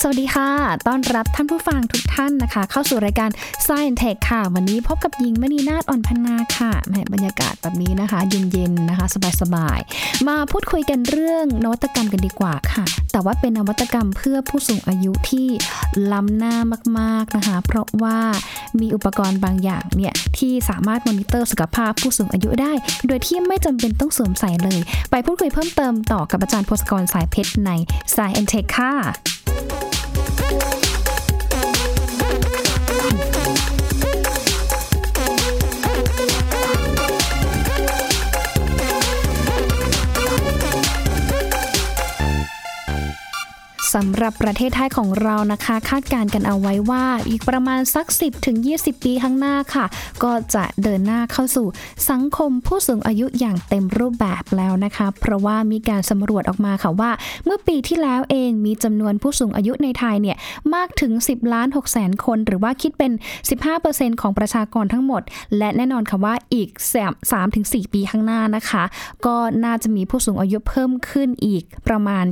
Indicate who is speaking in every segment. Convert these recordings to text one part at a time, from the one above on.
Speaker 1: สวัสดีค่ะ ต้อนรับท่านผู้ฟังทุกท่านนะคะ เข้าสู่รายการ Science Tech ค่ะ วันนี้พบกับยิงมณีนาฏอ่อนพันนาค่ะแหมบรรยากาศแบบนี้นะคะ เย็นๆนะคะ สบายๆ มาพูดคุยกันเรื่องนวัตกรรมกันดีกว่าค่ะ แต่ว่าเป็นนวัตกรรมเพื่อผู้สูงอายุที่ล้ำหน้ามากๆนะคะ เพราะว่ามีอุปกรณ์บางอย่างเนี่ยที่สามารถมอนิเตอร์สุขภาพผู้สูงอายุได้ โดยที่ไม่จำเป็นต้องสวมใส่เลย ไปพูดคุยเพิ่มเติมต่อกับอาจารย์พงศกรสายเพชรใน Science Tech ค่ะ สำหรับประเทศไทยของเรานะคะ คาดการณ์กันเอาไว้ว่าอีกประมาณสัก 10ถึง20 ปีข้างหน้าค่ะ ก็จะเดินหน้าเข้าสู่สังคมผู้สูงอายุอย่างเต็มรูปแบบแล้วนะคะ เพราะว่ามีการสำรวจออกมาค่ะว่า เมื่อปีที่แล้วเองมีจำนวนผู้สูงอายุในไทยเนี่ยมากถึง 10 ล้าน6แสนคน หรือว่าคิดเป็น 15%ของประชากรทั้งหมด และแน่นอนค่ะว่าอีก3ถึง4ปีข้างหน้านะคะ ก็น่าจะมีผู้สูงอายุเพิ่มขึ้นอีกประมาณ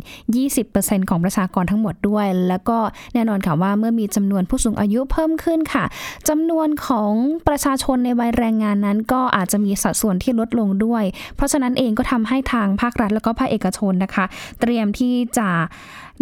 Speaker 1: 20%ของประชากรทั้งหมดด้วย แล้วก็แน่นอนค่ะว่าเมื่อมีจำนวนผู้สูงอายุเพิ่มขึ้นค่ะจำนวนของประชาชนในวัยแรงงานนั้น ก็อาจจะมีสัดส่วนที่ลดลงด้วย เพราะฉะนั้นเองก็ทำให้ทางภาครัฐแล้วก็ภาคเอกชนนะคะ เตรียมที่จะ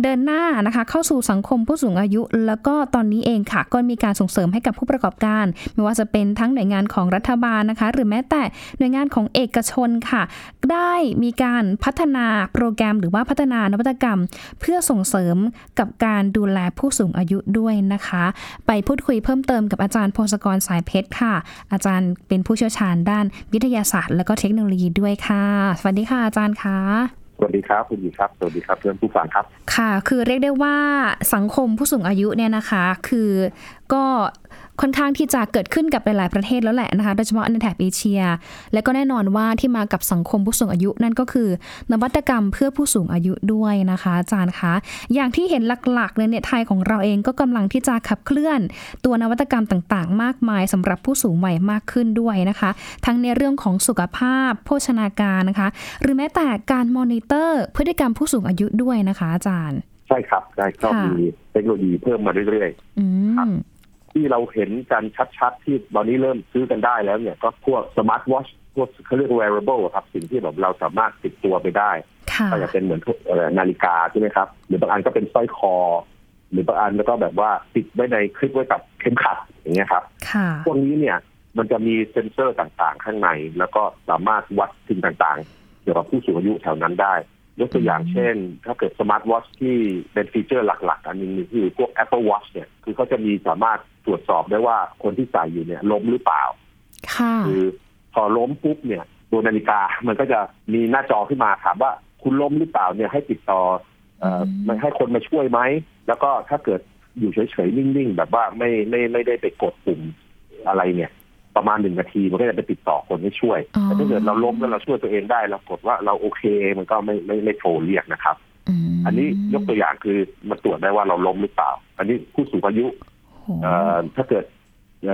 Speaker 1: เดินหน้านะคะ เข้าสู่สังคมผู้สูงอายุ แล้วก็ตอนนี้เองค่ะ ก็มีการส่งเสริมให้กับผู้ประกอบการ ไม่ว่าจะเป็นทั้งหน่วยงานของรัฐบาลนะคะ หรือแม้แต่หน่วยงานของเอกชนค่ะ ได้มีการพัฒนาโปรแกรมหรือว่าพัฒนานวัตกรรม เพื่อส่งเสริมกับการดูแลผู้สูงอายุด้วยนะคะ ไปพูดคุยเพิ่มเติมกับอาจารย์พงศกรสายเพชรค่ะ อาจารย์เป็นผู้เชี่ยวชาญด้านวิทยาศาสตร์ และก็เทคโนโลยีด้วยค่ะสวัสดีค่ะอาจารย์ค่ะ
Speaker 2: สวัสดีครับคุณหญิงครับ สวัสดีครับเพื่อนผู้ฟังครับ
Speaker 1: ค่ะ คือเรียกได้ว่าสังคมผู้สูงอายุเนี่ยนะคะ คือก็ค่อนข้างที่จะเกิดขึ้นกับหลายๆประเทศแล้วแหละนะคะ โดยเฉพาะในแถบเอเชีย และก็แน่นอนว่าที่มากับสังคมผู้สูงอายุนั่นก็คือ นวัตกรรมเพื่อผู้สูงอายุด้วยนะคะอาจารย์คะ อย่างที่เห็นหลักๆเลยเนี่ยไทยของเราเองก็กำลังที่จะขับเคลื่อน ตัวนวัตกรรมต่างๆ มากมายสำหรับผู้สูงวัยมากขึ้นด้วยนะคะ ทั้งในเรื่องของสุขภาพ โภชนาการนะคะ หรือแม้แต่การมอนิเตอร์ พฤติกรรมผู้สูงอายุด้วยนะคะ อาจารย์
Speaker 2: ใช่ครับใช่ก็
Speaker 1: ค่ะ
Speaker 2: มีเทคโนโลยีเพิ่มมาเรื่อย
Speaker 1: อืม
Speaker 2: ๆ ที่เราเห็นกันชัดๆ ที่ตอนนี้เริ่มซื้อกันได้แล้วเนี่ยก็พวกสมาร์ทวอชพวกเขาเรียก wearable อะครับ สิ่งที่แบบเราสามารถติดตัวไปได้
Speaker 1: ค่ะ
Speaker 2: ก็จะเป็นเหมือนพวกเอ่อนาฬิกาใช่ไหมครับ หรือบางอันก็เป็นสร้อยคอ หรือบางอันแล้วก็แบบว่าติดไว้ในคลิปไว้กับเข็มขัดอย่างเงี้ยครับ
Speaker 1: ค่ะ
Speaker 2: พวกนี้เนี่ยมันจะมีเซ็นเซอร์ต่างๆ ข้างใน แล้วก็สามารถวัดสิ่งต่างๆ เกี่ยวกับผู้สูงอายุแถวนั้นได้ ยกตัวอย่าง
Speaker 1: อืม
Speaker 2: เช่น ถ้าเกิดสมาร์ทวอทชที่เป็นฟีเจอร์หลัก ๆ อันหนึงคือพวก Apple Watch เนี่ยคือเขาจะมีสามารถตรวจสอบได้ว่าคนที่ใส่อยู่เนี่ยล้มหรือเปล่า
Speaker 1: ค่ะ
Speaker 2: คือพอล้มปุ๊บเนี่ยตัวนาฬิกามันก็จะมีหน้าจอขึ้นมาถามว่าคุณล้มหรือเปล่าเนี่ยให้ติดต่อเอ่ออ
Speaker 1: ม
Speaker 2: มันให้คนมาช่วยไหม แล้วก็ถ้าเกิดอยู่เฉยๆ นิ่งๆ แบบว่าไม่ไม่ไม่ได้ไปกดปุ่มอะไรเนี่ย ประมาณหนึ่งนาทีมันก็จะไปติดต่อคนให้ช่วย
Speaker 1: อ๋อ
Speaker 2: แต่ถ้าเกิดเราล้มแล้วเราช่วยตัวเองได้เรากดว่าเราโอเคมันก็ไม่ไม่ไม่โทรเรียกนะครับ
Speaker 1: ม
Speaker 2: อันนี้ยกตัวอย่างคือมันตรวจได้ว่าเราล้มหรือเปล่า อันนี้ผู้สูงอายุ
Speaker 1: โห
Speaker 2: เอ่อถ้าเกิด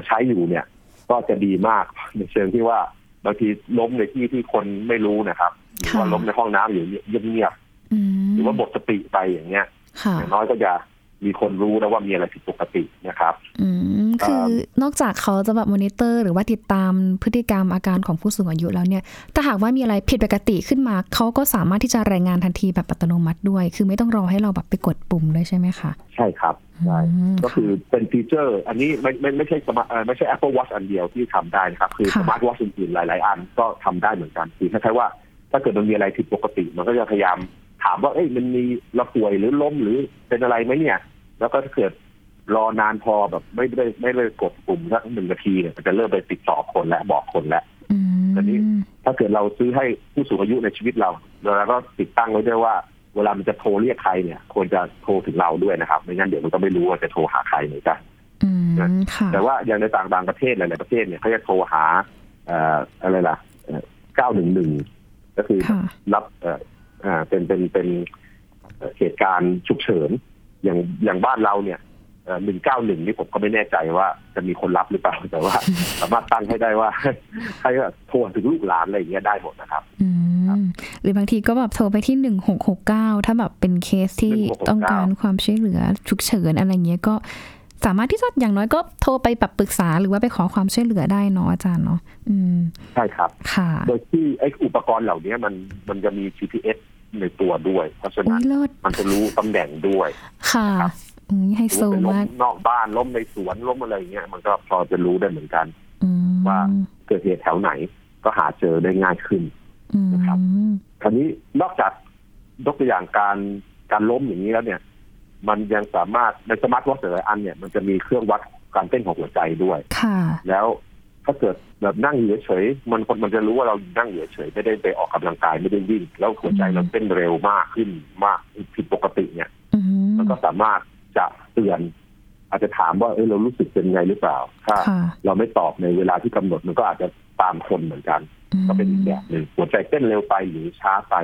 Speaker 2: ใช้อยู่เนี่ย ก็จะดีมาก ในเชิงที่ว่าบางทีล้มในที่ที่คนไม่รู้นะครับหรือว่าล้มในห้องน้ำอยู่เงียบๆหรือว่าหมดสติไปอย่างเงี้ย
Speaker 1: ค่ะ
Speaker 2: อย่างน้อยก็จะมีคนรู้แล้วว่ามีอะไรผิดปกตินะครับ
Speaker 1: อืม
Speaker 2: เอ่อ
Speaker 1: คือนอกจากเขาจะแบบมอนิเตอร์ หรือว่าติดตามพฤติกรรมอาการของผู้สูงอายุแล้วเนี่ย ถ้าหากว่ามีอะไรผิดปกติขึ้นมา เขาก็สามารถที่จะรายงานทันทีแบบอัตโนมัติด้วย คือไม่ต้องรอให้เราแบบไปกดปุ่มด้วยใช่ไหมคะ
Speaker 2: ใช่ครับใช่
Speaker 1: ม
Speaker 2: ก็คือเป็นฟีเจอร์ อันนี้ไม่ไม่ไม่ใช่สมาร์ทเอ่อไม่ใช่ Apple Watch อันเดียวที่ทำได้นะครับ คือ
Speaker 1: ค่ะ
Speaker 2: สมาร์ทวอชอื่นๆหลาย ๆ อันก็ทำได้เหมือนกันคือคล้ายๆว่า ถ้าเกิดมันมีอะไรผิดปกติ มันก็จะพยายามถามว่าเอ้ยมันมีเราป่วยหรือล้มหรือเป็นอะไรไหมเนี่ย แล้วก็ถ้าเกิดรอนานพอแบบไม่ได้ไม่ได้กดปุ่มสักหนึ่งนาทีเนี่ยมันจะเริ่มไปติดต่อคนและบอกคนแล้ว
Speaker 1: อืม
Speaker 2: อันนี้ ถ้าเกิดเราซื้อให้ผู้สูงอายุในชีวิตเราแล้วก็ติดตั้งไว้ด้วยว่า เวลามันจะโทรเรียกใครเนี่ยควรจะโทรถึงเราด้วยนะครับไม่งั้นเดี๋ยวมันก็ไม่รู้ว่าจะโทรหาใครเหมือนกัน
Speaker 1: อืมค่ะ
Speaker 2: แต่ว่าอย่างในต่างต่างประเทศหลาย ๆ ประเทศเนี่ยเขาจะโทรหาเอ่ออะไรล่ะเก้าหนึ่งหนึ่งก็คือ
Speaker 1: ค่ะ
Speaker 2: รับเอ่ออ่าเป็นเป็นเป็นเอ่อเหตุการณ์ฉุกเฉิน อย่างอย่างบ้านเราเนี่ยหนึ่งเก้าหนึ่งนี่ผมก็ไม่แน่ใจว่าจะมีคนรับหรือเปล่า แต่ว่า สามารถตั้งให้ได้ว่า ให้โทรถึงลูกหลานอะไรอย่างเงี้ยได้หมดนะครับ
Speaker 1: อืม หรือบางทีก็แบบโทรไปที่ 1669 ถ้าแบบเป็นเคสที่
Speaker 2: 1669
Speaker 1: ต้องการความช่วยเหลือฉุกเฉินอะไรเงี้ยก็สามารถที่จะอย่างน้อยก็โทรไปแบบปรึกษาหรือว่าไปขอความช่วยเหลือได้เนาะอาจารย์เนาะอืม
Speaker 2: ใช่ครับ
Speaker 1: ค่ะ
Speaker 2: โดยที่ไอ้อุปกรณ์เหล่านี้มันมันจะมี GPS ในตัวด้วย เพราะฉะ
Speaker 1: อุ้
Speaker 2: นั้น
Speaker 1: ยเลิศ
Speaker 2: มันจะรู้ตำแหน่งด้วย
Speaker 1: ค่ะอุ้ยไฮ
Speaker 2: รู้
Speaker 1: โซ
Speaker 2: ว่าเป็นล้ม
Speaker 1: มาก
Speaker 2: นอกบ้านล้มในสวนล้มอะไรอย่างเงี้ยมันก็พอจะรู้ได้เหมือนกัน
Speaker 1: อืม
Speaker 2: ว่า เกิดเหตุแถวไหนก็หาเจอได้ง่ายขึ้น
Speaker 1: อืม
Speaker 2: นะครับ คราวนี้นอกจากยกตัวอย่างการการล้มอย่างนี้แล้วเนี่ย มันยังสามารถในสมาร์ทวอทแต่ละอันเนี่ยมันจะมีเครื่องวัดการเต้นของหัวใจด้วย
Speaker 1: ค่ะ
Speaker 2: แล้วถ้าเกิดแบบนั่งอยู่เฉยๆมันคนมันจะรู้ว่าเรานั่งอยู่เฉยๆไม่ได้ไปออกกำลังกายไม่ได้วิ่งแล้วหัวใจเราเต้นเร็วมากขึ้นมากผิดปกติเนี่ย
Speaker 1: อืม
Speaker 2: มันก็สามารถจะเตือน อาจจะถามว่าเออเรารู้สึกเป็นไงหรือเปล่า ถ้า
Speaker 1: ค่ะ
Speaker 2: เราไม่ตอบในเวลาที่กำหนดมันก็อาจจะตามคนเหมือนกัน
Speaker 1: อืม
Speaker 2: ก็เป็นอีกแบบหนึ่งหัวใจเต้นเร็วไปหรือช้าไป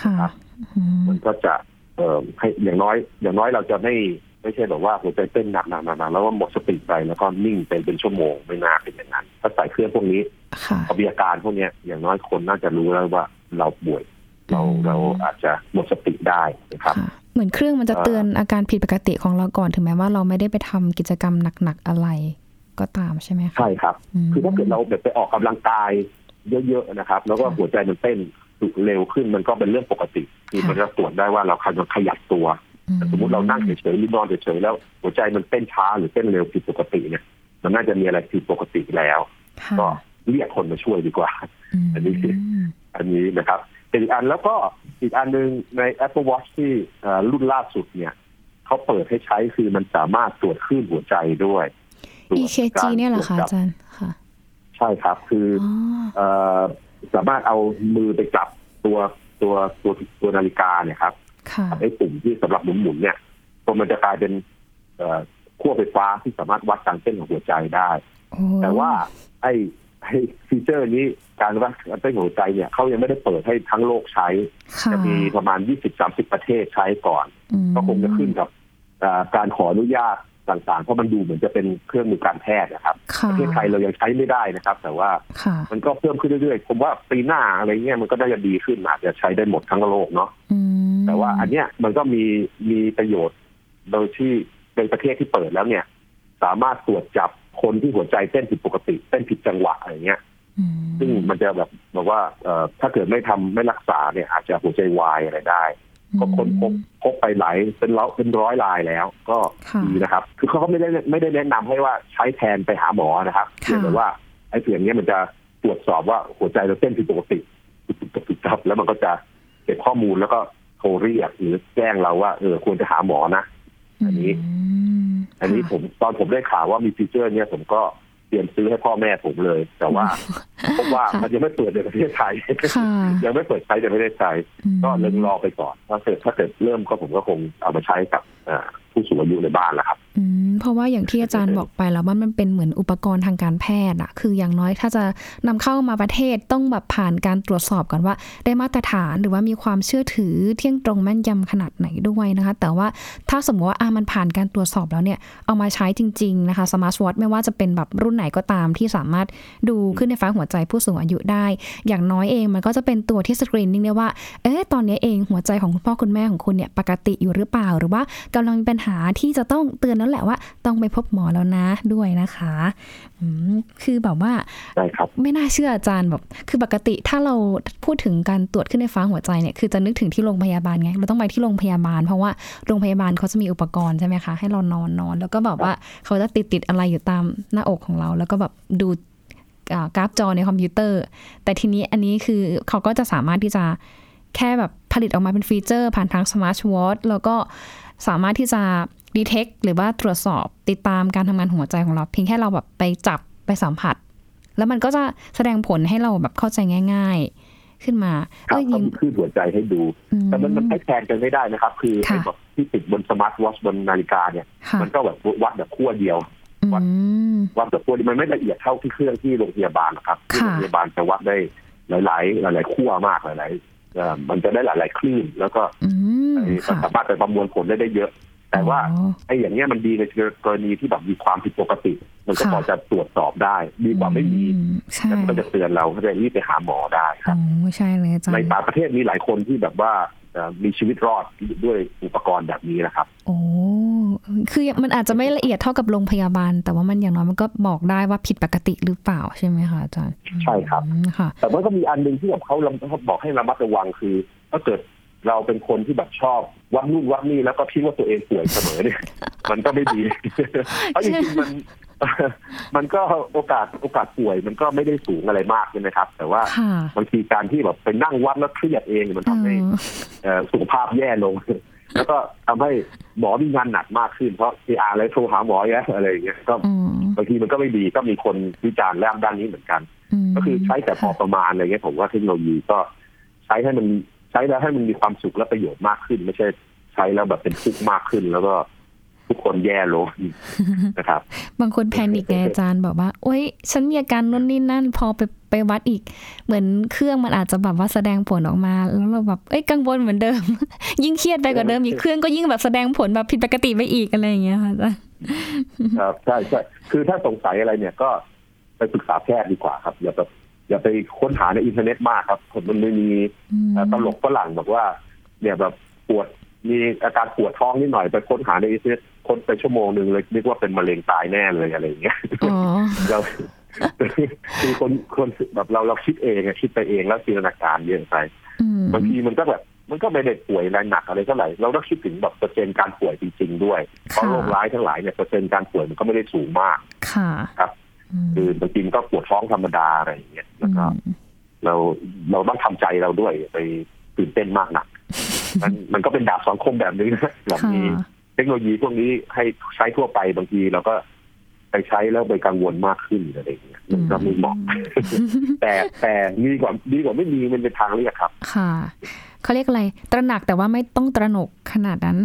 Speaker 1: ค่ะ
Speaker 2: ครับ
Speaker 1: อืม
Speaker 2: มันก็จะเอ่อให้อย่างน้อย อย่างน้อยเราจะไม่ไม่ใช่แบบว่าหัวใจเต้นหนักๆๆๆแล้วก็หมดสติไปแล้วก็นิ่งไปเป็นชั่วโมงไม่น่าเป็นอย่างนั้น ถ้าใส่เครื่องพวกนี้
Speaker 1: ค่ะ
Speaker 2: พอมีอาการพวกเนี้ยอย่างน้อยคนน่าจะรู้แล้วว่าเราป่วย เรา
Speaker 1: อืม
Speaker 2: เราอาจจะหมดสติได้นะครับ
Speaker 1: ค่ะเหมือนเครื่องมันจะ
Speaker 2: เอ่อ
Speaker 1: เตือนอาการผิดปกติของเราก่อนถึงแม้ว่าเราไม่ได้ไปทำกิจกรรมหนักๆอะไร ก็ตามใช่ไหมคะ
Speaker 2: ใช่ครับ
Speaker 1: ม
Speaker 2: คือถ้าเกิดเราแบบไปออกกำลังกายเยอะๆนะครับ แล้วก็
Speaker 1: ค่ะ
Speaker 2: หัวใจมันเต้นเร็วขึ้นมันก็เป็นเรื่องปกติคือ
Speaker 1: ค่ะ
Speaker 2: มันจะตรวจได้ว่าเราขยับตัว
Speaker 1: อื
Speaker 2: สมมติเรานั่งเฉยๆหรือนอนเฉยๆแล้ว หัวใจมันเต้นช้าหรือเต้นเร็วผิดปกติเนี่ย มันน่าจะมีอะไรผิดปกติแล้ว
Speaker 1: ค่ะ
Speaker 2: ก็เรียกคนมาช่วยดีกว่า อันนี้คือ
Speaker 1: ม
Speaker 2: อันนี้นะครับเป็นอีกอันแล้วก็อีกอันหนึ่งใน Apple Watch ที่เอ่อรุ่นล่าสุดเนี่ยเขาเปิดให้ใช้คือมันสามารถตรวจคลื่นหัวใจด้วยตรวจ
Speaker 1: อี EKG
Speaker 2: การ
Speaker 1: เนี่ยเหรอคะ
Speaker 2: ตวจ
Speaker 1: อา
Speaker 2: จับ
Speaker 1: จารย์ค่ะ
Speaker 2: ใช่ครับคืออ
Speaker 1: อ๋อ
Speaker 2: เอ่อสามารถเอามือไปจับตัวตัวตัวตัวนาฬิกาเนี่ยครับ
Speaker 1: ค่ะ
Speaker 2: กับไอ้ปุ่มที่สำหรับหมุนหมุนๆเนี่ยตัวมันจะกลายเป็นเอ่อขั้วไฟฟ้าที่สามารถวัดการเต้นของหัวใจได้
Speaker 1: โอ้
Speaker 2: แต่ว่าไอ้ไอ้ฟีเจอร์นี้การวัดการเต้นของหัวใจเนี่ยเขายังไม่ได้เปิดให้ทั้งโลกใช้
Speaker 1: ค่ะ
Speaker 2: จะมีประมาณ 20-30 ประเทศใช้ก่อน
Speaker 1: อืม
Speaker 2: ก็คงจะขึ้นกับเอ่อการขออนุญาตต่างๆ เพราะมันดูเหมือนจะเป็นเครื่องมือการแพทย์นะครับ
Speaker 1: ค่ะ
Speaker 2: ประเทศไทยเรายังใช้ไม่ได้นะครับ แต่ว่า
Speaker 1: ค่ะ
Speaker 2: มันก็เพิ่มขึ้นเรื่อยๆ ผมว่าปีหน้าอะไรเงี้ยมันก็น่าจะดีขึ้นอาจจะใช้ได้หมดทั้งโลกเนาะ
Speaker 1: อืม
Speaker 2: แต่ว่าอันเนี้ยมันก็มีมีประโยชน์ โดยที่ในประเทศที่เปิดแล้วเนี่ย สามารถตรวจจับคนที่หัวใจเต้นผิดปกติ เต้นผิดจังหวะอะไรเงี้ย
Speaker 1: อืม
Speaker 2: ซึ่งมันจะแบบบอกว่าเอ่อถ้าเกิดไม่ทำไม่รักษาเนี่ย อาจจะหัวใจวายอะไรได้ ก็ค้นพบพบไปหลายเป็นร้อยเป็นร้อยลายแล้ว ก็
Speaker 1: ค่ะ
Speaker 2: ดีนะครับ คือเขาก็ไม่ได้ไม่ได้แนะนำให้ว่าใช้แทนไปหาหมอนะครับ
Speaker 1: ค่ะ
Speaker 2: เพียงแต่ว่าไอ้เสียงเนี้ยมันจะตรวจสอบว่าหัวใจเราเต้นผิดปกติผิดปกติครับแล้วมันก็จะเก็บข้อมูลแล้วก็โทรเรียกหรือแจ้งเราว่าเออควรจะหาหมอนะ อันนี้
Speaker 1: ม
Speaker 2: อันนี้
Speaker 1: ค่ะ
Speaker 2: ผมตอนผมได้ข่าวว่ามีฟีเจอร์เนี้ยผมก็เตรียมซื้อให้พ่อแม่ผมเลย แต่ ว่าพบว่ามันยังไม่เปิดในประเทศไทย
Speaker 1: ค่ะ
Speaker 2: ยังไม่เปิดใช้ในประเทศไทย ก็เลิงรอไปก่อนถ้าเกิดถ้าเกิดเริ่มก็ผมก็คงเอามาใช้กับเอ่อผู้สูงอายุในบ้านแหละครับ
Speaker 1: อืมเพราะว่าอย่างที่อาจารย์บอกไปแล้วว่ามันเป็นเหมือนอุปกรณ์ทางการแพทย์อะคืออย่างน้อยถ้าจะนำเข้ามาประเทศต้องแบบผ่านการตรวจสอบก่อนว่า ได้มาตรฐานหรือว่ามีความเชื่อถือเที่ยงตรงแม่นยำขนาดไหนด้วยนะคะ แต่ว่าถ้าสมมติว่าอ่ะมันผ่านการตรวจสอบแล้วเนี่ยเอามาใช้จริง ๆนะคะสมาร์ทวอทไม่ว่าจะเป็นแบบรุ่นไหนก็ตามที่สามารถดูขึ้นในฟ้าหัวใจผู้สูงอายุได้ อย่างน้อยเองมันก็จะเป็นตัวที่สกรีนนิ่งได้ว่า เอ๊ะตอนนี้เองหัวใจของคุณพ่อคุณแม่ของคุณเนี่ยปกติอยู่หรือเปล่า หรือว่ากำลังมีปัญหาที่จะต้องเตือนนั่นแหละว่า ต้องไปพบหมอแล้วนะด้วยนะคะอืมคือแบบว่า
Speaker 2: ได้ครับ
Speaker 1: ไม่น่าเชื่ออาจารย์แบบ คือปกติถ้าเราพูดถึงการตรวจขึ้นในฟ้าหัวใจเนี่ย คือจะนึกถึงที่โรงพยาบาลไง เราต้องไปที่โรงพยาบาล เพราะว่าโรงพยาบาลเขาจะมีอุปกรณ์ใช่ไหมคะ ให้เรานอนนอน แล้วก็แบบว่าเขาจะติดติดอะไรอยู่ตามหน้าอกของเรา แล้วก็แบบดูอ่ากราฟจอในคอมพิวเตอร์ แต่ทีนี้อันนี้คือเขาก็จะสามารถที่จะแค่แบบผลิตออกมาเป็นฟีเจอร์ผ่านทางสมาร์ทวอทแล้วก็สามารถที่จะดีเทคหรือว่าตรวจสอบติดตามการทำงานหัวใจของเรา เพียงแค่เราแบบไปจับไปสัมผัส แล้วมันก็จะแสดงผลให้เราแบบเข้าใจง่าย ๆ ขึ้นมา
Speaker 2: ครั
Speaker 1: เอ้
Speaker 2: บ
Speaker 1: ย
Speaker 2: เขา
Speaker 1: ยิง
Speaker 2: มีคลื่นหัวใจให้ดู
Speaker 1: อืม
Speaker 2: แต่มันมันใช้แทนกันไม่ได้นะครับ คือ
Speaker 1: ค่ะ
Speaker 2: ไอ้แบบที่ติดบนสมาร์ทวอชบนนาฬิกาเนี่ย
Speaker 1: ค่ะ
Speaker 2: มันก็แบบวัดแบบขั้วเดียว วัด
Speaker 1: อืม
Speaker 2: วัดแบบขั้วเดียวมันไม่ละเอียดเท่าที่เครื่องที่โรงพยาบาลนะครับที่
Speaker 1: ค่ะ
Speaker 2: โรงพยาบาลจะวัดได้หลาย ๆ หลาย ๆ ขั้วมากหลายๆเอ่อมันจะได้หลาย ๆ คลื่น แล้วก็
Speaker 1: อืม
Speaker 2: ไอ้มัน
Speaker 1: ค่ะ
Speaker 2: สามารถไปประมวลผลได้ได้เยอะ แต่ว่า
Speaker 1: อ๋อ
Speaker 2: ไอ้อย่างเนี้ยมันดีในกรณีที่แบบมีความผิดปกติ มันก็
Speaker 1: ค่ะ
Speaker 2: พอจะตรวจสอบได้ ดีกว่าไม่มี
Speaker 1: อืใช่
Speaker 2: แล้วมันก็จะเตือนเราก็จะรีบไปหาหมอได้ครับ
Speaker 1: โอ้ใช่เลยอาจาร
Speaker 2: ใน
Speaker 1: ย์
Speaker 2: ต่างประเทศมีหลายคนที่แบบว่าเอ่อมีชีวิตรอดด้วยอุปกรณ์แบบนี้นะครับ
Speaker 1: โอ้คือมันอาจจะไม่ละเอียดเท่ากับโรงพยาบาล แต่ว่ามันอย่างน้อยมันก็บอกได้ว่าผิดปกติหรือเปล่าใช่ไหมคะอาจารย์
Speaker 2: ใช่ครับ
Speaker 1: อืมค่ะ
Speaker 2: แต่มันก็มีอันหนึ่งที่แบบเขาลำเขาบอกให้ระมัดระวังคือ ถ้าเกิดเราเป็นคนที่แบบชอบวัดนู่นวัดนี่แล้วก็คิดว่าตัวเองป่วยเสมอ เนี่ย มันก็ไม่ ดี เพราะจริงๆมัน มันก็โอกาสโอกาสป่วย มันก็ไม่ได้สูงอะไรมากใช่ไหมครับ แต่ว่า
Speaker 1: ค่ะ
Speaker 2: บางทีการที่แบบไปนั่งวัดแล้วเครียดเองมันทำให้
Speaker 1: เออ
Speaker 2: เอ่อสุขภาพแย่ลง แล้วก็ทำให้หมอมีงานหนักมากขึ้นเพราะเออาร์เลยโทรหาหมออีกแล้วอะไรอย่างเงี้ยก็
Speaker 1: อืม
Speaker 2: บางทีมันก็ไม่ดีก็มีคนวิจารณ์แลบด้านนี้เหมือนกัน
Speaker 1: ม
Speaker 2: ก็คือใช้แต่พอประมาณอะไรเงี้ยผมว่าเทคโนโลยีก็ใช้ให้มันใช้แล้วให้มันมีความสุขและประโยชน์มากขึ้น ไม่ใช่ใช้แล้วแบบเป็นทุกข์มากขึ้น แล้วก็ทุกคนแย่ลง นะครับ
Speaker 1: บางคนแพนิกไงอาจารย์บอกว่าโอ๊ยฉันมีอาการนู่นนี่นั่น พอไปไปวัดอีก เหมือนเครื่องมันอาจจะแบบว่าแสดงผลออกมา แล้วเราแบบเอ้ยกังวลเหมือนเดิม ยิ่งเครียดไปกว่าเดิมอีกเครื่องก็ยิ่งแบบแสดงผลแบบผิดปกติไปอีกอะไรอย่างเงี้ยค่ะอาจารย์
Speaker 2: ครับใช่ใช่คือถ้าสงสัยอะไรเนี่ยก็ไปปรึกษาแพทย์ดีกว่าครับ อย่าไปอย่าไปค้นหาในอินเทอร์เน็ตมากครับผมมันไม่มี
Speaker 1: อืม
Speaker 2: เอ่อตลกฝรั่งบอกว่า เนี่ยแบบปวดมีอาการปวดท้องนิดหน่อยไปค้นหาในอินเทอร์เน็ตค้นไปชั่วโมงหนึ่งเลยนึกว่าเป็นมะเร็งตายแน่เลยอะไรอย่างเงี้ย
Speaker 1: อ๋อ
Speaker 2: เราคือคนคนแบบเราเราคิดเองอะคิดไปเองแล้วจินตนาการเยอะไป
Speaker 1: อืม
Speaker 2: บางทีมันก็แบบ มันก็ไม่ได้ป่วยอะไรหนักอะไรเท่าไหร่เราต้องคิดถึงแบบเปอร์เซ็นต์การป่วยจริงๆด้วยเพราะโรคร้ายทั้งหลายเนี่ยเปอร์เซ็นต์การป่วยมันก็ไม่ได้สูงมาก
Speaker 1: ค่ะ
Speaker 2: ครับ
Speaker 1: อืม
Speaker 2: คือบางทีมันก็ปวดท้องธรรมดาอะไรอย่างเงี้ยแล้วก็ เราเราต้องทำใจเราด้วยอย่าไปตื่นเต้นม ากหนัก มันมันก็เป็นดาบสองคมแบบนึงนะแบบ
Speaker 1: ค่ะ
Speaker 2: มีเทคโนโลยีพวกนี้ให้ใช้ทั่วไปบางทีเราก็ไปใช้แล้วไปกังวลมากขึ้นอะไรอย่างเงี้ยมันก็ไม่ เหมาะแต่แต่ดีกว่าดีกว่าไม่มีมันเป็นทางเลือกครับ
Speaker 1: ค่ะเขาเรียกอะไร ตระหนักแต่ว่าไม่ต้องตระหนกขนาดนั้น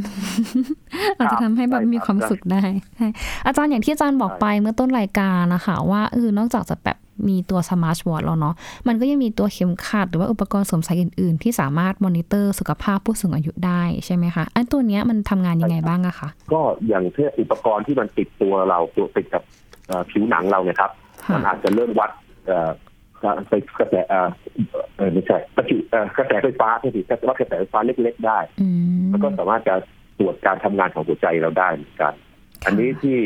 Speaker 1: อาจจะทำให้แบบ
Speaker 2: ใช่
Speaker 1: มีความ
Speaker 2: ครับ
Speaker 1: สุขได้ใช่อาจารย์อย่างที่อาจารย์บอกไปเมื่อต้นรายการนะคะว่าเออนอกจากจะแบบมีตัวสมาร์ทวอทแล้วเนาะมันก็ยังมีตัวเข็มขัดหรือว่าอุปกรณ์สวมใส่อื่น ๆ ที่สามารถมอนิเตอร์สุขภาพผู้สูงอายุได้ใช่ไหมคะอันตัวเนี้ยมันทำงานยังไงบ้างอะคะ
Speaker 2: ก็อย่างเช่นอุปกรณ์ที่มันติดตัวเราตัวติดกับเอ่อผิวหนังเราเนี่ยครับ
Speaker 1: ค่ะ
Speaker 2: มันอาจจะเริ่มวัดเอ่อกระแสเอ่อเอ่อไม่ใช่ประจุเอ่อกระแสไฟฟ้าที่ถือว่ากระแสไฟฟ้าเล็กๆได้
Speaker 1: อืม
Speaker 2: แล้วก็สามารถจะตรวจการทำงานของหัวใจเราได้เหมือนกัน อันนี้ที่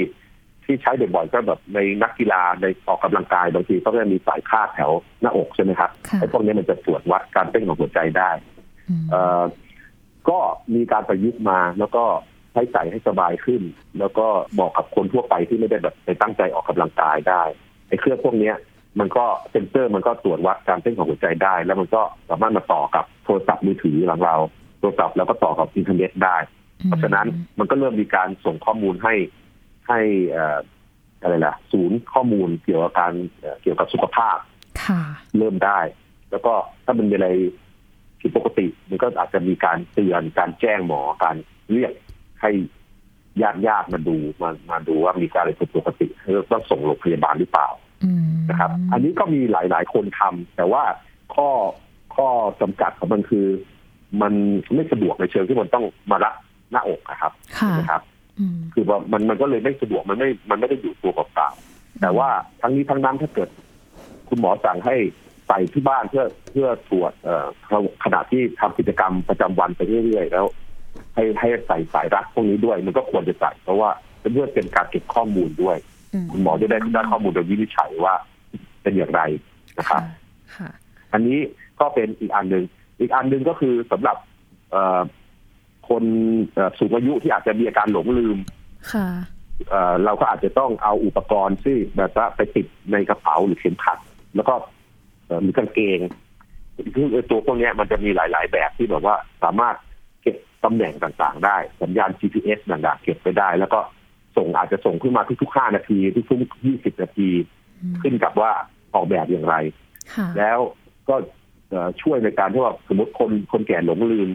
Speaker 2: ที่ใช้บ่อยๆก็แบบในนักกีฬาในออกกำลังกายบางทีเขาก็จะมีสายคาดแถวหน้าอกใช่ไหมครับ
Speaker 1: ค่ะ
Speaker 2: ไอ้พวกนี้มันจะตรวจวัดการเต้นของหัวใจได้
Speaker 1: อืม
Speaker 2: เอ่อก็มีการประยุกต์มาแล้วก็ใช้ใส่ให้สบายขึ้น แล้วก็เหมาะกับคนทั่วไปที่ไม่ได้แบบไปตั้งใจออกกำลังกายได้ไอ้เครื่องพวกเนี้ย มันก็เซ็นเซอร์มันก็ตรวจวัดการเต้นของหัวใจได้ แล้วมันก็สามารถมาต่อกับโทรศัพท์มือถือของเราโทรศัพท์แล้วก็ต่อกับอินเทอร์เน็ตได้ เพราะฉะนั้นมันก็เริ่มมีการส่งข้อมูลให้ให้เอ่ออะไรล่ะ ศูนย์ข้อมูลเกี่ยวกับการเอ่อเกี่ยวกับสุขภาพ
Speaker 1: ค่ะ
Speaker 2: เริ่มได้ แล้วก็ถ้ามันมีอะไรผิดปกติ มันก็อาจจะมีการเตือนการแจ้งหมอการเรียกให้ญาติญาติๆมาดูมามาดูว่ามีการอะไรผิดปกติแล้วต้องส่งโรงพยาบาลหรือเปล่า
Speaker 1: อืม
Speaker 2: นะครับ อันนี้ก็มีหลาย ๆ คนทำแต่ว่าข้อข้อจำกัดของมันคือ มันไม่สะดวกในเชิงที่มันต้องมารับหน้าอกนะครับ
Speaker 1: ค่ะ
Speaker 2: นะครับ
Speaker 1: อืม
Speaker 2: คือว่ามันมันก็เลยไม่สะดวกมันไม่มันไม่ได้อยู่ตัวเปล่าๆ แต่ว่าทั้งนี้ทั้งนั้นถ้าเกิด คุณหมอสั่งให้ใส่ที่บ้านเพื่อเพื่อตรวจเอ่อขณะที่ทำกิจกรรมประจำวันไปเรื่อยๆแล้ว ให้ให้ใส่สายรัดพวกนี้ด้วย มันก็ควรจะใส่เพราะว่าเพื่อเป็นการเก็บข้อมูลด้วย คุณหมอจะได้ได้ข้อมูลโดยวินิจฉัยว่า เป็นอย่างไรนะครับ
Speaker 1: ค่ะ
Speaker 2: อันนี้ก็เป็นอีกอันหนึ่ง อีกอันหนึ่งก็คือสำหรับเอ่อคนเอ่อสูงอายุที่อาจจะมีอาการหลงลืม
Speaker 1: ค่ะ
Speaker 2: เอ่อเราก็อาจจะต้องเอาอุปกรณ์ที่แบบว่าไปติดในกระเป๋าหรือเข็มขัด แล้วก็เอ่อหรือกางเกงคือไอ้ตัวพวกเนี้ยมันจะมีหลาย ๆ แบบที่แบบว่าสามารถเก็บตำแหน่งต่างๆ ได้ สัญญาณ GPS ต่างๆเก็บไปได้ แล้วก็ส่งอาจจะส่งขึ้นมาทุกๆ5นาที ทุกๆ20 นาที ขึ้นกับว่าออกแบบอย่างไร
Speaker 1: ค่ะ
Speaker 2: แล้วก็เอ่อช่วยในการที่ว่าสมมติคนคนแก่หลงลืม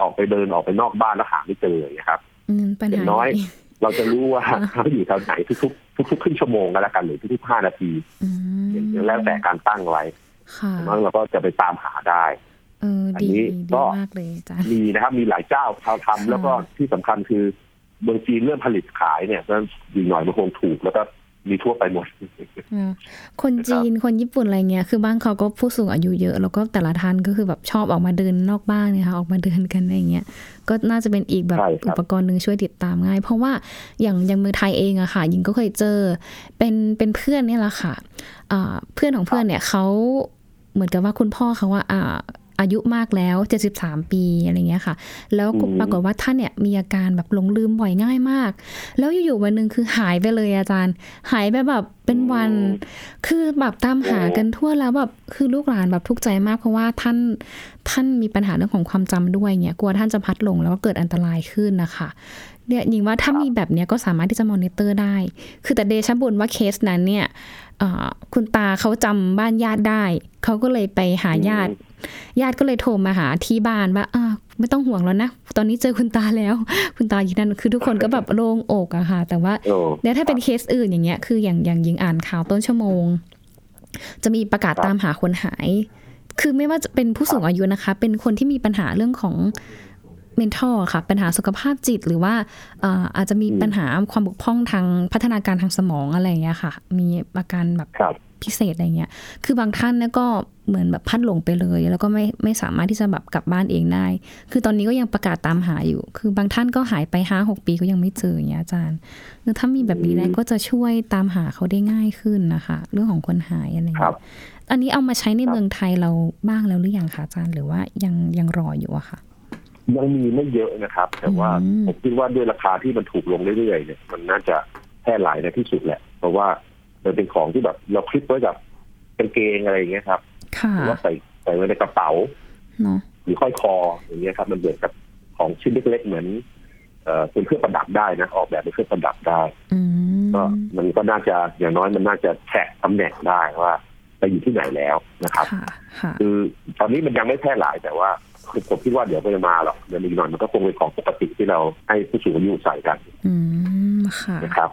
Speaker 2: ออกไปเดินออกไปนอกบ้านแล้วหาไม่เจออย่างเงี้ยครับ
Speaker 1: อืมปัญ
Speaker 2: อ
Speaker 1: หา
Speaker 2: ย่างน้อย
Speaker 1: นี้
Speaker 2: เราจะรู้ว่าเขาอยู่แถวไหนทุกๆทุกๆครึ่งชั่วโมงก็แล้วกันหรือทุกๆห้านาที
Speaker 1: อืม
Speaker 2: แล้วแต่การตั้งไว้
Speaker 1: ค่ะ
Speaker 2: อย่างน้อยเราก็จะไปตามหาได้
Speaker 1: เออ
Speaker 2: อัน
Speaker 1: ดี
Speaker 2: นี้
Speaker 1: ดี
Speaker 2: ก็
Speaker 1: มากเลยอาจารย์
Speaker 2: มีนะครับมีหลายเจ้าเขา
Speaker 1: ค่ะ
Speaker 2: ทำแล้วก็ที่สำคัญคือเมืองจีนเริ่มผลิตขายเนี่ยก็ดีหน่อยมันคงถูกแล้วก็ มีทั่วไปหมด
Speaker 1: อืมคนจีนคนญี่ปุ่นอะไรเงี้ยคือบ้านเขาก็ผู้สูงอายุเยอะ แล้วก็แต่ละท่านก็คือแบบชอบออกมาเดินนอกบ้านนะคะออกมาเดินกันอะไรเงี้ยก็น่าจะเป็นอีกแบบ
Speaker 2: ใช่ครับ
Speaker 1: อุปกรณ์หนึ่งช่วยติดตามง่าย เพราะว่าอย่างอย่างเมืองไทยเองอะค่ะยิงก็เคยเจอเป็นเป็นเพื่อนเนี่ยแหละค่ะอ่าเพื่อนของเพื่อนเนี่ยเขาเหมือนกับว่าคุณพ่อเขาว่าอ่าอายุมากแล้ว73ปีอะไรเงี้ยค่ะ แล้วก็
Speaker 2: อืม
Speaker 1: ปรากฏว่าท่านเนี่ยมีอาการแบบหลงลืมบ่อยง่ายมาก แล้วอยู่ๆวันหนึ่งคือหายไปเลยอาจารย์ หายไปแบบเป็นวัน คือแบบตามหากันทั่วแล้วแบบคือลูกหลานแบบทุกข์ใจมากเพราะว่าท่านท่านมีปัญหาเรื่องของความจำด้วยเงี้ยกลัวท่านจะพัดหลงแล้วก็เกิดอันตรายขึ้นนะคะเนี่ยยิงว่าถ้ามีแบบเนี้ยก็สามารถที่จะมอนิเตอร์ได้ คือแต่เดชะบุญว่าเคสนั้นเนี่ยเอ่อคุณตาเขาจำบ้านญาติได้ เขาก็เลยไปหาญาติ ญาติก็เลยโทรมาหาที่บ้านว่าอ่าไม่ต้องห่วงแล้วนะ ตอนนี้เจอคุณตาแล้ว คุณตาอยู่ที่นั่นคือทุกคนก็แบบโล่งอกอะค่ะ แต่ว่า
Speaker 2: โอ้
Speaker 1: แล้วถ้าเป็นเคสอื่นอย่างเงี้ยคืออย่างอย่างยิงอ่านข่าวต้นชั่วโมง จะมีประกาศ
Speaker 2: ครับ
Speaker 1: ตามหาคนหาย คือไม่ว่าจะเป็นผู้สูงอายุนะคะ เป็นคนที่มีปัญหาเรื่องของ mental อะค่ะ ปัญหาสุขภาพจิตหรือว่าเอ่ออาจจะมี
Speaker 2: อืม
Speaker 1: ปัญหาความบกพร่องทางพัฒนาการทางสมองอะไรอย่างเงี้ยค่ะ มีอาการแบบ
Speaker 2: ครับ
Speaker 1: พิเศษอะไรเงี้ย คือบางท่านเนี่ยก็เหมือนแบบพัดหลงไปเลย แล้วก็ไม่ไม่สามารถที่จะแบบกลับบ้านเองได้ คือตอนนี้ก็ยังประกาศตามหาอยู่ คือบางท่านก็หายไปห้าหกปีก็ยังไม่เจออย่างเงี้ยอาจารย์คือถ้ามีแบบนี้ได้
Speaker 2: อืม
Speaker 1: ก็จะช่วยตามหาเขาได้ง่ายขึ้นนะคะ เรื่องของคนหายอะไร
Speaker 2: ครั
Speaker 1: เงี้
Speaker 2: บ
Speaker 1: ย อันนี้เอามาใช้ในเมืองไทยเราบ้างแล้วหรือยังคะอาจารย์ หรือว่ายังยังรออยู่อะค่ะ
Speaker 2: ยังมีไม่เยอะนะครับ แต่ว่า
Speaker 1: อืม
Speaker 2: ผมคิดว่าด้วยราคาที่มันถูกลงเรื่อยๆเนี่ยมันน่าจะแพร่หลายในที่สุดแหละ เพราะว่ามันเป็นของที่แบบเราคลิปไว้กับกางเกงอะไรอย่างเงี้ยครับห
Speaker 1: ค่ะ
Speaker 2: รือว่าใส่ใส่ไว้ในกระเป๋า
Speaker 1: เนาะ
Speaker 2: หรือห้อยคออย่างเงี้ยครับ มันเหมือนกับของชิ้นเล็กๆเหมือนเอ่อเป็นเครื่องประดับได้นะออกแบบเป็นเครื่องประดับได้
Speaker 1: อืม
Speaker 2: ก็มันก็น่าจะอย่างน้อยมันน่าจะแท็กตำแหน่งได้ว่าไปอยู่ที่ไหนแล้วนะครับ
Speaker 1: ค่ะ ค่ะ
Speaker 2: คือตอนนี้มันยังไม่แพร่หลายแต่ว่าคือผมคิดว่าเดี๋ยวมันจะมาหรอกเดี๋ยวอีกหน่อยมันก็คงเป็นของปกติที่เราให้ผู้สูงอายุใส่กัน
Speaker 1: อืม ค่ะ
Speaker 2: นะครับ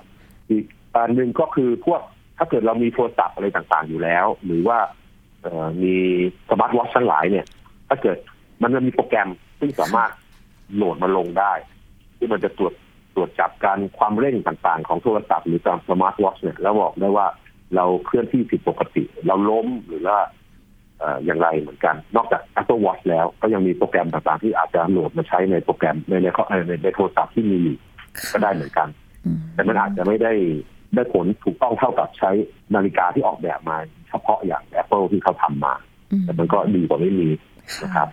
Speaker 2: อีกอันหนึ่งก็คือพวกถ้าเกิดเรามีโทรศัพท์อะไรต่างๆอยู่แล้ว หรือว่าเอ่อมีสมาร์ทวอทช์ทั้งหลายเนี่ย ถ้าเกิดมันจะมีโปรแกรมซึ่งสามารถโหลดมาลงได้ ที่มันจะตรวจตรวจจับการความเร่งต่างๆ ของโทรศัพท์หรือตามสมาร์ทวอทช์เนี่ยแล้วบอกได้ว่าเราเคลื่อนที่ผิดปกติ เราล้มหรือว่าเอ่ออย่างไรเหมือนกัน นอกจาก Apple Watch แล้วก็ยังมีโปรแกรมต่างๆ ที่อาจจะโหลดมาใช้ในโปรแกรมในในในในในโทรศัพท์ที่มีอยู่ก็ได้เหมือนกัน
Speaker 1: อืม
Speaker 2: แต่มันอาจจะไม่ได้ได้ผลถูกต้องเท่ากับใช้นาฬิกาที่ออกแบบมา เฉพาะอย่าง Apple ที่เขาทำมา แต่มันก็ดีกว่าไม่มี นะครับ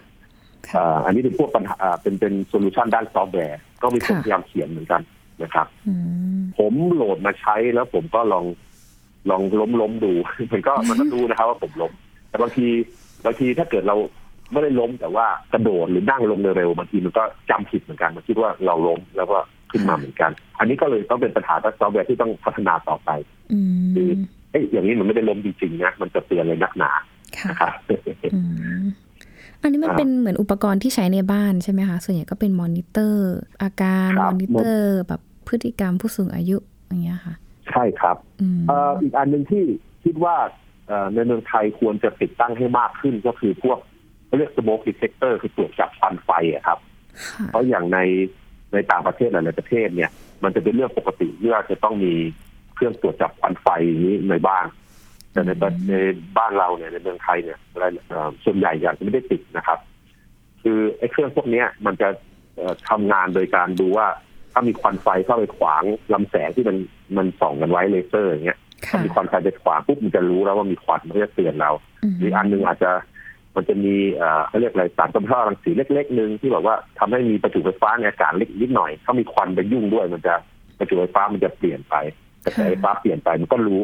Speaker 1: ค่ะ
Speaker 2: เอ่ออันนี้เป็นพวกปัญหาอ่าเป็นเป็นโซลูชันด้านซอฟต์แวร์ ก็มีคน
Speaker 1: ค่ะ
Speaker 2: พยายามเขียนเหมือนกันนะครับ
Speaker 1: อืม
Speaker 2: ผมโหลดมาใช้แล้วผมก็ลองลองล้มล้มดู มันก็มันก็ดูนะครับว่าผมล้ม แต่บางทีบางทีถ้าเกิดเราไม่ได้ล้มแต่ว่ากระโดดหรือนั่งลงเร็วๆบางทีมันก็จำผิดเหมือนกันมันคิดว่าเราล้มแล้วก็ขึ้นมาเหมือนกัน อันนี้ก็เลยต้องเป็นปัญหาด้านซอฟต์แวร์ที่ต้องพัฒนาต่อไป
Speaker 1: อืม
Speaker 2: เอ้ยอย่างนี้มันไม่ได้ล้มจริงๆนะมันจะเตือนเลยนักหนา
Speaker 1: ค่ะ
Speaker 2: นะครับ
Speaker 1: อืมอันนี้มัน
Speaker 2: อ่า
Speaker 1: เป็นเหมือนอุปกรณ์ที่ใช้ในบ้านใช่ไหมคะ ส่วนใหญ่ก็เป็นมอนิเตอร์ อาการ
Speaker 2: ครั
Speaker 1: ม
Speaker 2: บ
Speaker 1: อนิเตอร์ แบบพฤติกรรมผู้สูงอายุอย่างเงี้ยค่ะ
Speaker 2: ใช่ครับ
Speaker 1: อืม
Speaker 2: เอ่ออีกอันหนึ่งที่คิดว่าเอ่อในเมืองไทยควรจะติดตั้งให้มากขึ้นก็คือพวกเขาเรียก smoke detector คือตรวจจับควันไฟอะครับ
Speaker 1: ค่ะ
Speaker 2: เพราะอย่างในในต่างประเทศหลายๆประเทศเนี่ย มันจะเป็นเรื่องปกติที่เราจะต้องมีเครื่องตรวจจับควันไฟอย่างนี้ในบ้าน แต่ในประ
Speaker 1: อืม
Speaker 2: ในบ้านเราเนี่ยในเมืองไทยเนี่ยรายเอ่อส่วนใหญ่อยากจะไม่ได้ติดนะครับ คือไอ้เครื่องพวกเนี้ยมันจะเอ่อทำงานโดยการดูว่าถ้ามีควันไฟเข้าไปขวางลำแสงที่มันมันส่องกันไว้เลเซอร์อย่างเงี้ย ถ้า
Speaker 1: ค่ะ
Speaker 2: มีควันไฟไปขวางปุ๊บมันจะรู้แล้วว่ามีควันมันก็จะเตือนเรา หรืออันหนึงอาจจะมันจะมีเอ่อเขาเรียกอะไรสารกัมมันตภาพรังสีเล็กๆหนึ่งที่แบบว่าทำให้มีประจุไฟฟ้าในอากาศเล็กนิดหน่อย ถ้ามีควันไปยุ่งด้วย มันจะประจุไฟฟ้ามันจะเปลี่ยนไปกระแสไฟฟ้าเปลี่ยนไปมันก็รู้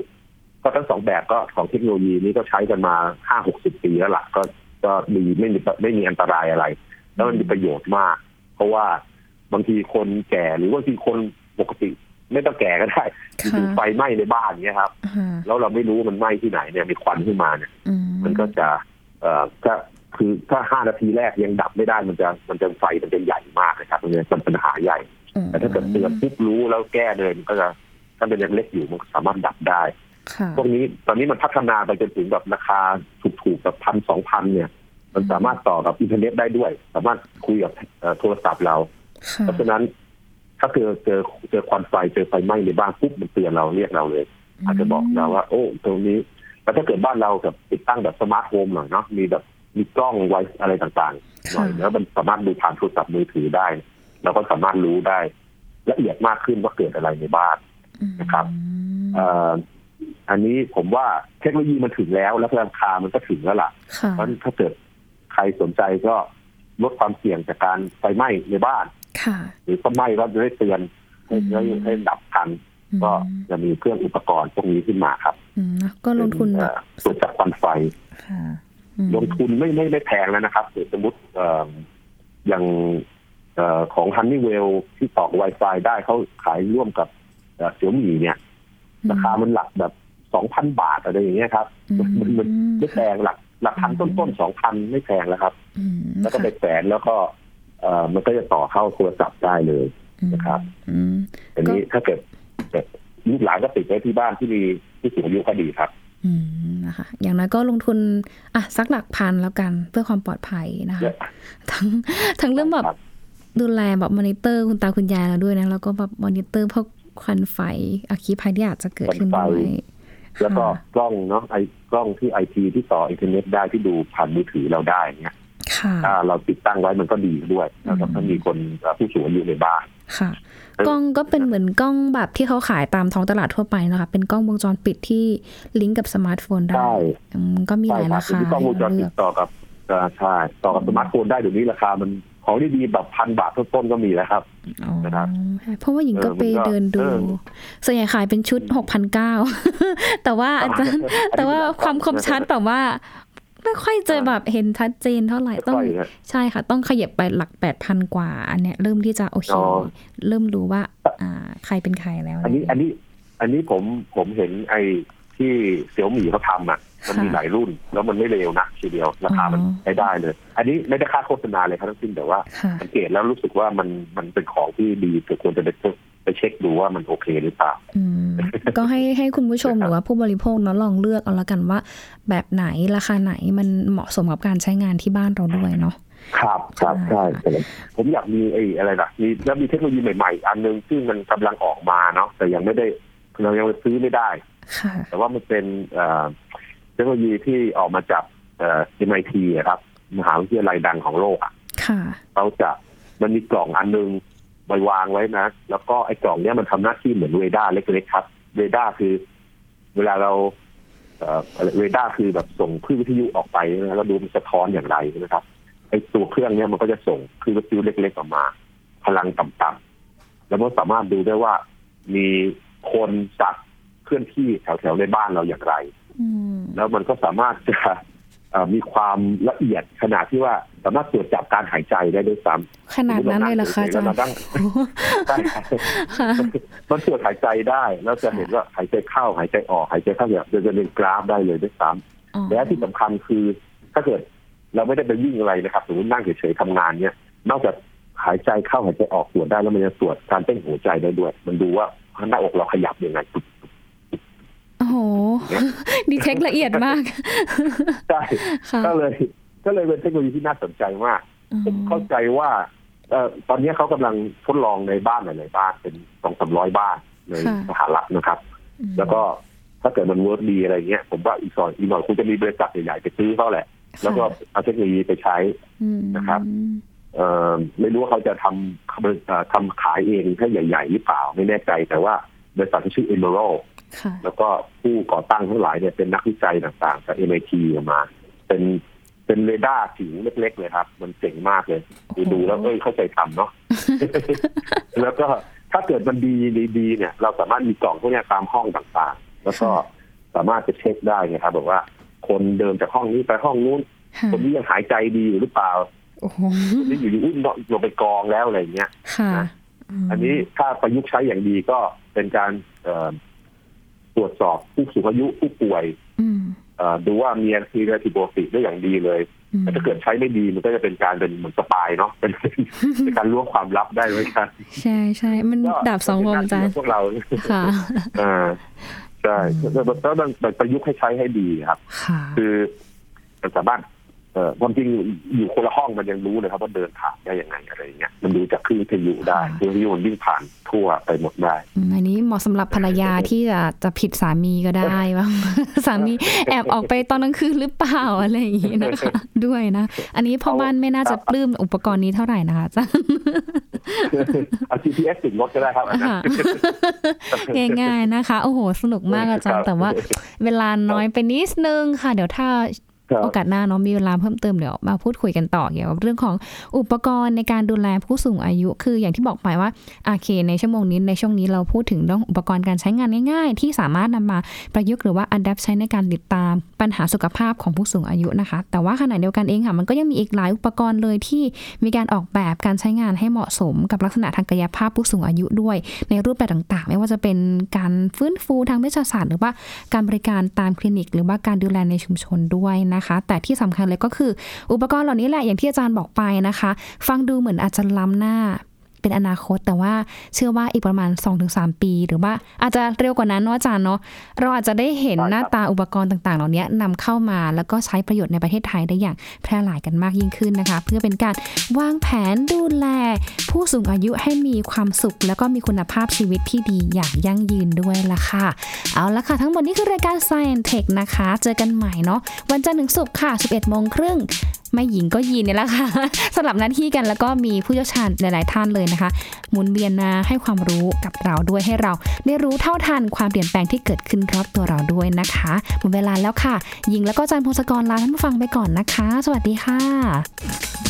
Speaker 2: ก็ทั้งสองแบบก็ของเทคโนโลยีนี้ก็ใช้กันมาห้าหกสิบปีแล้วล่ะก็ก็ดีไม่มีไม่มีอันตรายอะไร แล้วมันมีประโยชน์มาก เพราะว่าบางทีคนแก่หรือว่าบางทีคนปกติ ไม่ต้องแก่ก็ได้
Speaker 1: ค่ะ
Speaker 2: อยู่ๆไฟไหม้ในบ้านเนี้ยครับ
Speaker 1: ค่ะ
Speaker 2: แล้วเราไม่รู้ว่ามันไหม้ที่ไหนเนี่ยมีควันขึ้นมาเนี่ย
Speaker 1: อื
Speaker 2: มันก็จะเอ่อถ้าคือถ้าห้านาทีแรกยังดับไม่ได้มันจะมันจะไฟมันจะใหญ่มากนะครับมันเป็นปัญหาใหญ่ แต่ถ้าเกิดเตือนปุ๊บรู้แล้วแก้เลยมันก็จะถ้าเป็นยังเล็กอยู่มันก็สามารถดับได้
Speaker 1: ค่ะ
Speaker 2: พวกนี้ตอนนี้มันพัฒนาไปจนถึงแบบราคาถูกๆแบบพันสองพันเนี่ย มันสามารถต่อกับอินเทอร์เน็ตได้ด้วย สามารถคุยกับเอ่อโทรศัพท์เรา
Speaker 1: ค่ะ
Speaker 2: เพราะฉะนั้น ถ้าเจอเจอเจอควันไฟเจอไฟไหม้ในบ้านปุ๊บมันเตือนเราเรียกเราเลย อาจจะบอกเราว่า โอ้ตรงนี้ แล้วถ้าเกิดบ้านเราแบบติดตั้งแบบสมาร์ทโฮมหน่อยเนาะมีแบบมีกล้องไว้อะไรต่างๆหน่
Speaker 1: ค่ะ
Speaker 2: อยแล้วมันสามารถดูผ่านโทรศัพท์มือถือได้เราก็สามารถรู้ได้ ละเอียดมากขึ้นว่าเกิดอะไรในบ้าน นะครับ เอ่ออันนี้ผมว่าเทคโนโลยีมันถึงแล้ว และราคามันก็ถึงแล้วล่ะ
Speaker 1: ค่ะ
Speaker 2: เพราะฉะนั้นถ้าเกิดใครสนใจก็ลดความเสี่ยงจากการไฟไหม้ในบ้าน
Speaker 1: ค่ะ
Speaker 2: หรือก็ไหม้ก็จะได้เตือนให้ให้ให้ดับทัน ก็จะมีเครื่องอุปกรณ์พวกนี้ขึ้นมาครับ
Speaker 1: อืมนะก็ลงทุนแบ
Speaker 2: เอ่
Speaker 1: บ
Speaker 2: อตรวจจับควันไฟ
Speaker 1: ค่ะอืม
Speaker 2: ลงทุนไม่ไม่ไม่แพงแล้วนะครับเดี๋ยวสมมติเอ่ออย่างเอ่อของฮันนี่เวลที่ต่อ Wi-Fi ได้เขาขายร่วมกับเสี่ยวมีเนี่ย ราคามันหลักแบบสองพันบาทอะไรอย่างเงี้ยครับ มันมันมัน
Speaker 1: อื
Speaker 2: ไม่แพงหลักหลักพันต้นๆสองพันไม่แพงแล้วครับ
Speaker 1: อืม
Speaker 2: แล้วก็ไป
Speaker 1: ค่ะ
Speaker 2: แฝนแล้วก็เอ่อมันก็จะต่อเข้าโทรศัพท์ได้เลย นะครับ
Speaker 1: อืม
Speaker 2: อันนี้
Speaker 1: ก็
Speaker 2: ถ้าเกิดแบบลูกหลานก็ติดไว้ที่บ้านที่มีที่สูงอายุก็ดีครับ
Speaker 1: อืมนะคะอย่างน้อยก็ลงทุนอ่ะสักหลักพันแล้วกันเพื่อความปลอดภัยนะคะ
Speaker 2: เนี่ย
Speaker 1: ทั้งทั้งเรื่องแบบ
Speaker 2: ครับ
Speaker 1: ดูแลแบบมอนิเตอร์คุณตาคุณยายเราด้วยนะแล้วก็แบบมอนิเตอร์พวกควันไฟอัคคีภัยที่อาจจะเกิดขึ้นด้วย
Speaker 2: แล้วก็
Speaker 1: ค่ะ
Speaker 2: กล้องเนาะไอ้กล้องที่ไอทีที่ต่ออินเทอร์เน็ตได้ที่ดูผ่านมือถือเราได้เนี่ย
Speaker 1: ค่ะ
Speaker 2: ถ้าเราติดตั้งไว้มันก็ดีด้วยนะครับ
Speaker 1: อืม
Speaker 2: ถ้ามีคนเอ่อผู้สูงอายุในบ้าน
Speaker 1: ค่ะกล้องก็เป็นเหมือนกล้องแบบที่เขาขายตามท้องตลาดทั่วไปนะคะ เป็นกล้องวงจรปิดที่ลิงก์กับสมาร์ทโฟนได้
Speaker 2: ใช่
Speaker 1: อืมก็มีห
Speaker 2: ใช่
Speaker 1: ลาย
Speaker 2: ครั
Speaker 1: รา
Speaker 2: บ
Speaker 1: คา
Speaker 2: ที่กล้องวงจรปิดต่อกับเอ่อใช่ต่อกับสมาร์ทโฟนได้เดี๋ยวนี้ราคามันของดีๆแบบพันบาทต้นๆก็มีแล้วครับ
Speaker 1: อ๋อ
Speaker 2: นะครับ
Speaker 1: ใช่เพราะว่าหญิงก็
Speaker 2: เออมันก็
Speaker 1: ไปเดินดู
Speaker 2: เออ
Speaker 1: ส่วนใหญ่ขายเป็นชุดหกพันเก้า แต่ว่าอาจารย์ แต่ว่าความคมชัดแบบว่า ไม่ค่อยจะแบบเห็นชัดเจนเท่าไหร่
Speaker 2: ไม่
Speaker 1: ต้อง
Speaker 2: ค่อยนะ
Speaker 1: ใช่ค่ะ ต้องขยับไปหลักแปดพันกว่าอันเนี้ยเริ่มที่จะโอเค
Speaker 2: อ๋อ
Speaker 1: เริ่มรู้ว่า อ่า ใครเป็นใครแล้ว
Speaker 2: อันนี้อันนี้อันนี้ผมผมเห็นไอ้ที่เสี่ยวหมี่เขาทำอ่ะ มันมีหลายรุ่น แล้วมันไม่เร็วนะทีเดียวราคามันใช้ได้เลย อันนี้ไม่ได้ค่าโฆษณาเลยครับทั้งสิ้นแต่ว่า
Speaker 1: ค่ะ
Speaker 2: สังเกตแล้วรู้สึกว่ามันมันเป็นของที่ดีแต่ควรจะไปเช็คไปเช็คดูว่ามันโอเคหรือเปล่า
Speaker 1: อืม ก็ ให้ให้คุณผู้ชม
Speaker 2: นะค
Speaker 1: ห
Speaker 2: รับ
Speaker 1: รือว่าผู้บริโภคเนาะลองเลือกเอาละกันว่า แบบไหนราคาไหนมันเหมาะสมกับการใช้งานที่บ้านเราด้วยเนาะ
Speaker 2: ครับครับ
Speaker 1: ใช่
Speaker 2: ใช่ใช่ผมอยากมีไอ้อะไรนะมีแล้วมีเทคโนโลยีใหม่ๆ อันหนึงซึ่งมันกำลังออกมาเนาะแต่ยังไม่ได้เรายังซื้อไม่ได้
Speaker 1: ค่ะ
Speaker 2: แต่ว่ามันเป็นเอ่อเทคโนโลยีที่ออกมาจากเอ่อ MIT อะครับ มหาวิทยาลัยดังของโลกอะ
Speaker 1: ค่ะ
Speaker 2: เขาจะมันมีกล่องอันนึงไปวางไว้นะ แล้วก็ไอ้กล่องเนี้ยมันทำหน้าที่เหมือนเรดาร์เล็กๆครับเรดาร์คือ เวลาเราเอ่อเรดาร์คือแบบส่งคลื่นวิทยุออกไปนะแล้วดูมันสะท้อนอย่างไรนะครับไอ้ตัวเครื่องเนี้ยมันก็จะส่งคลื่นวิทยุเล็กๆออกมา พลังต่ำๆแล้วมันสามารถดูได้ว่ามีคนสัตว์เคลื่อนที่แถวๆในบ้านเราอย่างไร
Speaker 1: อืม
Speaker 2: แล้วมันก็สามารถจะเอ่อมีความละเอียดขนาดที่ว่าสามารถตรวจจับการหายใจได้ด้วยซ้ำ
Speaker 1: ขนาดนั้นเลยเหรอคะอาจารย์
Speaker 2: เราตั้ง
Speaker 1: โอ้โห
Speaker 2: ได้ครับ
Speaker 1: ค่ะ
Speaker 2: มันตรวจหายใจได้ แล้วจะเห็นว่าหายใจเข้าหายใจออกหายใจเข้าเนี่ยจะเป็นกราฟได้เลยด้วยซ้ำและที่สำคัญคือ ถ้าเกิดเราไม่ได้ไปวิ่งอะไรนะครับสมมตินั่งเฉยๆทำงานเนี่ยนอกจากหายใจเข้าหายใจออกตรวจได้แล้วมันจะตรวจการเต้นหัวใจได้ด้วย มันดูว่าหน้าอกเราขยับยังไง
Speaker 1: โอ้โห ดีเทคละเอียดมาก
Speaker 2: ใช่
Speaker 1: ค่ะ
Speaker 2: ก็เลย ก็เลยเป็นเทคโนโลยีที่น่าสนใจมาก ผมเข้าใจว่าเออตอนนี้เขากำลังทดลองในบ้านหลายๆบ้านเป็นสองสามร้อยบ้านใน
Speaker 1: ค่ะ
Speaker 2: สหรัฐนะครับ แล้วก็ถ้าเกิดมันเวิร์กดีอะไรเงี้ยผมว่าอีกสอนอีกหน่อยคงจะมีบริษัทใหญ่ๆไปซื้อเขาแหละ แล้วก็เอาเทคโนโลยีไปใช้
Speaker 1: อืม
Speaker 2: นะครับ เอ่อไม่รู้ว่าเขาจะทำเอ่อทำขายเองให้ใหญ่ ๆ หรือเปล่าไม่แน่ใจ แต่ว่าบริษัทที่ชื่อ Emerald
Speaker 1: ค่ะ
Speaker 2: แล้วก็ผู้ก่อตั้งทั้งหลายเนี่ยเป็นนักวิจัยต่างๆ จาก MIT ออกมา เป็นเป็นเรดาร์ถิงเล็ก ๆ เลยครับ มันเจ๋งมากเลยคือดูแล้วเอ้ยเข้าใจทำเนาะ แล้วก็ถ้าเกิดมันดีดีดีเนี่ย เราสามารถมีกล่องพวกเนี้ยตามห้องต่างๆ แล้วก็
Speaker 1: ค่ะ
Speaker 2: สามารถจะเช็คได้ไงครับแบบว่า คนเดินจากห้องนี้ไปห้องนู้น
Speaker 1: ค่ะ
Speaker 2: คนนี้ยังหายใจดีอยู่หรือเปล่า
Speaker 1: โอ้โห
Speaker 2: คนนี้อยู่ดีอุ้มลงไปกองแล้วอะไรอย่างเงี้ย
Speaker 1: ค่ะ
Speaker 2: นะ อันนี้ถ้าประยุกต์ใช้อย่างดีก็เป็นการเอ่อตรวจสอบผู้สูงอายุผู้ป่วย
Speaker 1: อืม
Speaker 2: เอ่อดูว่ามีอะไรผิดปกติได้อย่างดีเลย
Speaker 1: อืม
Speaker 2: แต่ถ้าเกิดใช้ไม่ดีมันก็จะเป็นการเป็นเหมือนสปายเนาะ เป็นเป็นการล้วงความลับได้เหมือนกัน
Speaker 1: ใช่ใช่มัน
Speaker 2: ก็
Speaker 1: ดาบสองคมอาจารย์
Speaker 2: เป็นหน้ที่ขพวกเรา
Speaker 1: ค่ะ
Speaker 2: เอ่าใช่
Speaker 1: อืม
Speaker 2: แล้วแล้วมันประยุกต์ให้ใช้ให้ดีครับ
Speaker 1: ค่ะ
Speaker 2: คือมันสามารถเอ่อความจริงอยู่คนละห้องมันยังรู้เลยครับว่าเดินผ่านได้ยังไงอะไรอย่างเงี้ย มันดูจากคลื่นวิทยุได้คลื่นวิทยุมันวิ่งผ่านทั่วไปหมดได้
Speaker 1: อืมอันนี้เหมาะสำหรับภรรยาที่จะจะผิดสามีก็ได้ว่า สามีแอบออกไปตอนกลางคืนหรือเปล่าอะไรอย่างนี้นะคะ ด้วยนะ อันนี้พ่อบ้านไม่น่าจะปลื้มอุปกรณ์นี้เท่าไหร่นะคะอาจารย์
Speaker 2: เอา GPS ติดรถก็ได้ครับอันนั้น
Speaker 1: ค่ะ ง่ายๆนะคะ โอ้โห สนุกมากอาจาร
Speaker 2: ค
Speaker 1: ย์
Speaker 2: รับ
Speaker 1: แต่ว่า เวลาน้อยไปนิดนึงค่ะ เดี๋ยวถ้า
Speaker 2: ครับ
Speaker 1: โอกาสหน้าเน้องมีเวลาเพิ่มเติมเดี๋ยวมาพูดคุยกันต่อเกี่ยวกับเรื่องของอุปกรณ์ในการดูแลผู้สูงอายุ คืออย่างที่บอกไปว่าโอเค ในชั่วโมงนี้ในช่วงนี้เราพูดถึงเรื่องอุปกรณ์การใช้งานง่าย ๆ ที่สามารถนำมาประยุกต์หรือว่าอัดแอปใช้ในการติดตามปัญหาสุขภาพของผู้สูงอายุนะคะ แต่ว่าขณะเดียวกันเองค่ะมันก็ยังมีอีกหลายอุปกรณ์เลยที่มีการออกแบบการใช้งานให้เหมาะสม กับลักษณะทางกายภาพผู้สูงอายุด้วย ในรูปแบบต่างๆ ไม่ว่าจะเป็นการฟื้นฟูทางเวชศาสตร์หรือว่าการบริการตามคลินิก หรือว่าการดูแลในชุมชนด้วยนะคะ แต่ที่สำคัญเลยก็คือ อุปกรณ์เหล่านี้แหละอย่างที่อาจารย์บอกไปนะคะ ฟังดูเหมือนอาจจะล้ำหน้า เป็นอนาคตแต่ว่าเชื่อว่าอีกประมาณ 2-3 ปี หรือว่าอาจจะเร็วกว่านั้นเนาะอาจารย์เนาะเราอาจจะได้เห็น
Speaker 2: ใช่ครับ
Speaker 1: หน้าตาอุปกรณ์ต่าง ๆ เหล่านี้นำเข้ามาแล้วก็ใช้ประโยชน์ในประเทศไทยได้อย่างแพร่หลายกันมากยิ่งขึ้นนะคะ เพื่อเป็นการวางแผนดูแล ผู้สูงอายุให้มีความสุข แล้วก็มีคุณภาพชีวิตที่ดีอย่างยั่งยืนด้วยล่ะค่ะ เอาละค่ะ ทั้งหมดนี้คือรายการ Science Tech นะคะ เจอกันใหม่เนาะวันจันทร์ถึงศุกร์ค่ะ 11โมงครึ่ง ไม่หญิงก็ยีนเนี่ยแหละค่ะ สลับหน้าที่กันแล้วก็มีผู้เชี่ยวชาญหลาย ๆ ท่านเลยนะคะ หมุนเวียนมาให้ความรู้กับเราด้วยให้เรา ได้รู้เท่าทันความเปลี่ยนแปลงที่เกิดขึ้นรอบตัวเราด้วยนะคะหมดเวลาแล้วค่ะหญิงแล้วก็อาจารย์พงศกรลาท่านผู้ฟังไปก่อนนะคะ สวัสดีค่ะ